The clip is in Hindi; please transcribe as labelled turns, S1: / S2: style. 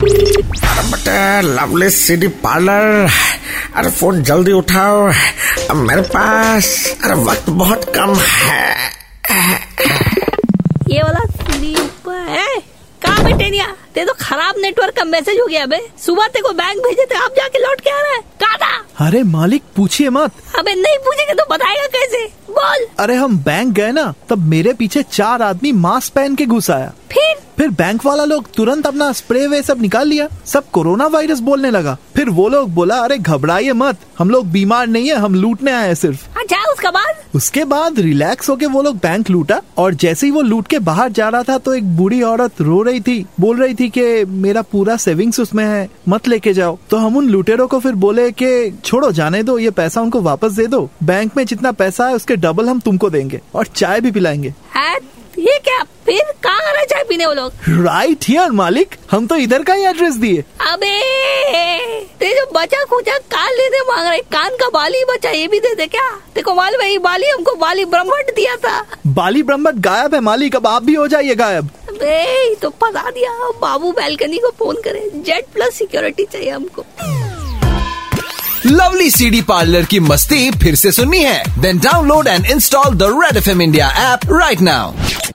S1: अरे बटे लवली सिटी पार्लर अरे फोन जल्दी उठाओ अब मेरे पास अरे वक्त बहुत कम है
S2: ये वाला सीढ़ी ऊपर है कहाँ बैठे निया ते तो खराब नेटवर्क का मैसेज हो गया बे सुबह तेरे को बैंक भेजे थे आप जाके लौट के आ रहा है कहाँ था
S3: अरे मालिक पूछिए मत
S2: अबे नहीं पूछेगा तो बताएगा कैसे बोल
S3: अरे हम बैंक गए ना तब मेरे पीछे चार आदमी मास्क पहन के घुस आया
S2: फिर
S3: फिर बैंक वाला लोग तुरंत अपना स्प्रे वे सब निकाल लिया सब कोरोना वायरस बोलने लगा फिर वो लोग बोला अरे घबराइए मत हम लोग बीमार नहीं है हम लूटने आए हैं सिर्फ
S2: अच्छा उसका बाद
S3: उसके बाद रिलैक्स होके वो लोग बैंक लूटा और जैसे ही वो लूट के बाहर जा रहा था तो एक बूढ़ी औरत रो रही थी बोल रही थी कि मेरा पूरा सेविंग्स उसमें है मत लेके जाओ तो हम उन लुटेरों को फिर बोले कि छोड़ो जाने दो ये पैसा उनको वापस दे दो बैंक में जितना पैसा है उसके डबल हम तुमको देंगे और चाय भी पिलाएंगे
S2: है ये क्या फिर कहाँ आ रहा है चाय पीने वो लोग
S3: राइट हियर मालिक हम तो इधर का ही एड्रेस दिए
S2: अबे ते जो बचा खुचा कान लेने मांग रहा है कान का बाली बचा ये भी दे दे क्या तेरे को मालूम है ये बाली हमको बाली ब्रह्मट दिया था
S3: बाली ब्रह्मट गायब है मालिक अब आप भी हो जाइए गायब
S2: अबे ये तो पता दिया बाबू बैल्कनी को फोन करे जेट प्लस सिक्योरिटी चाहिए हमको
S4: लवली सीडी पार्लर की मस्ती फिर से सुननी है then download and install the red F India app right now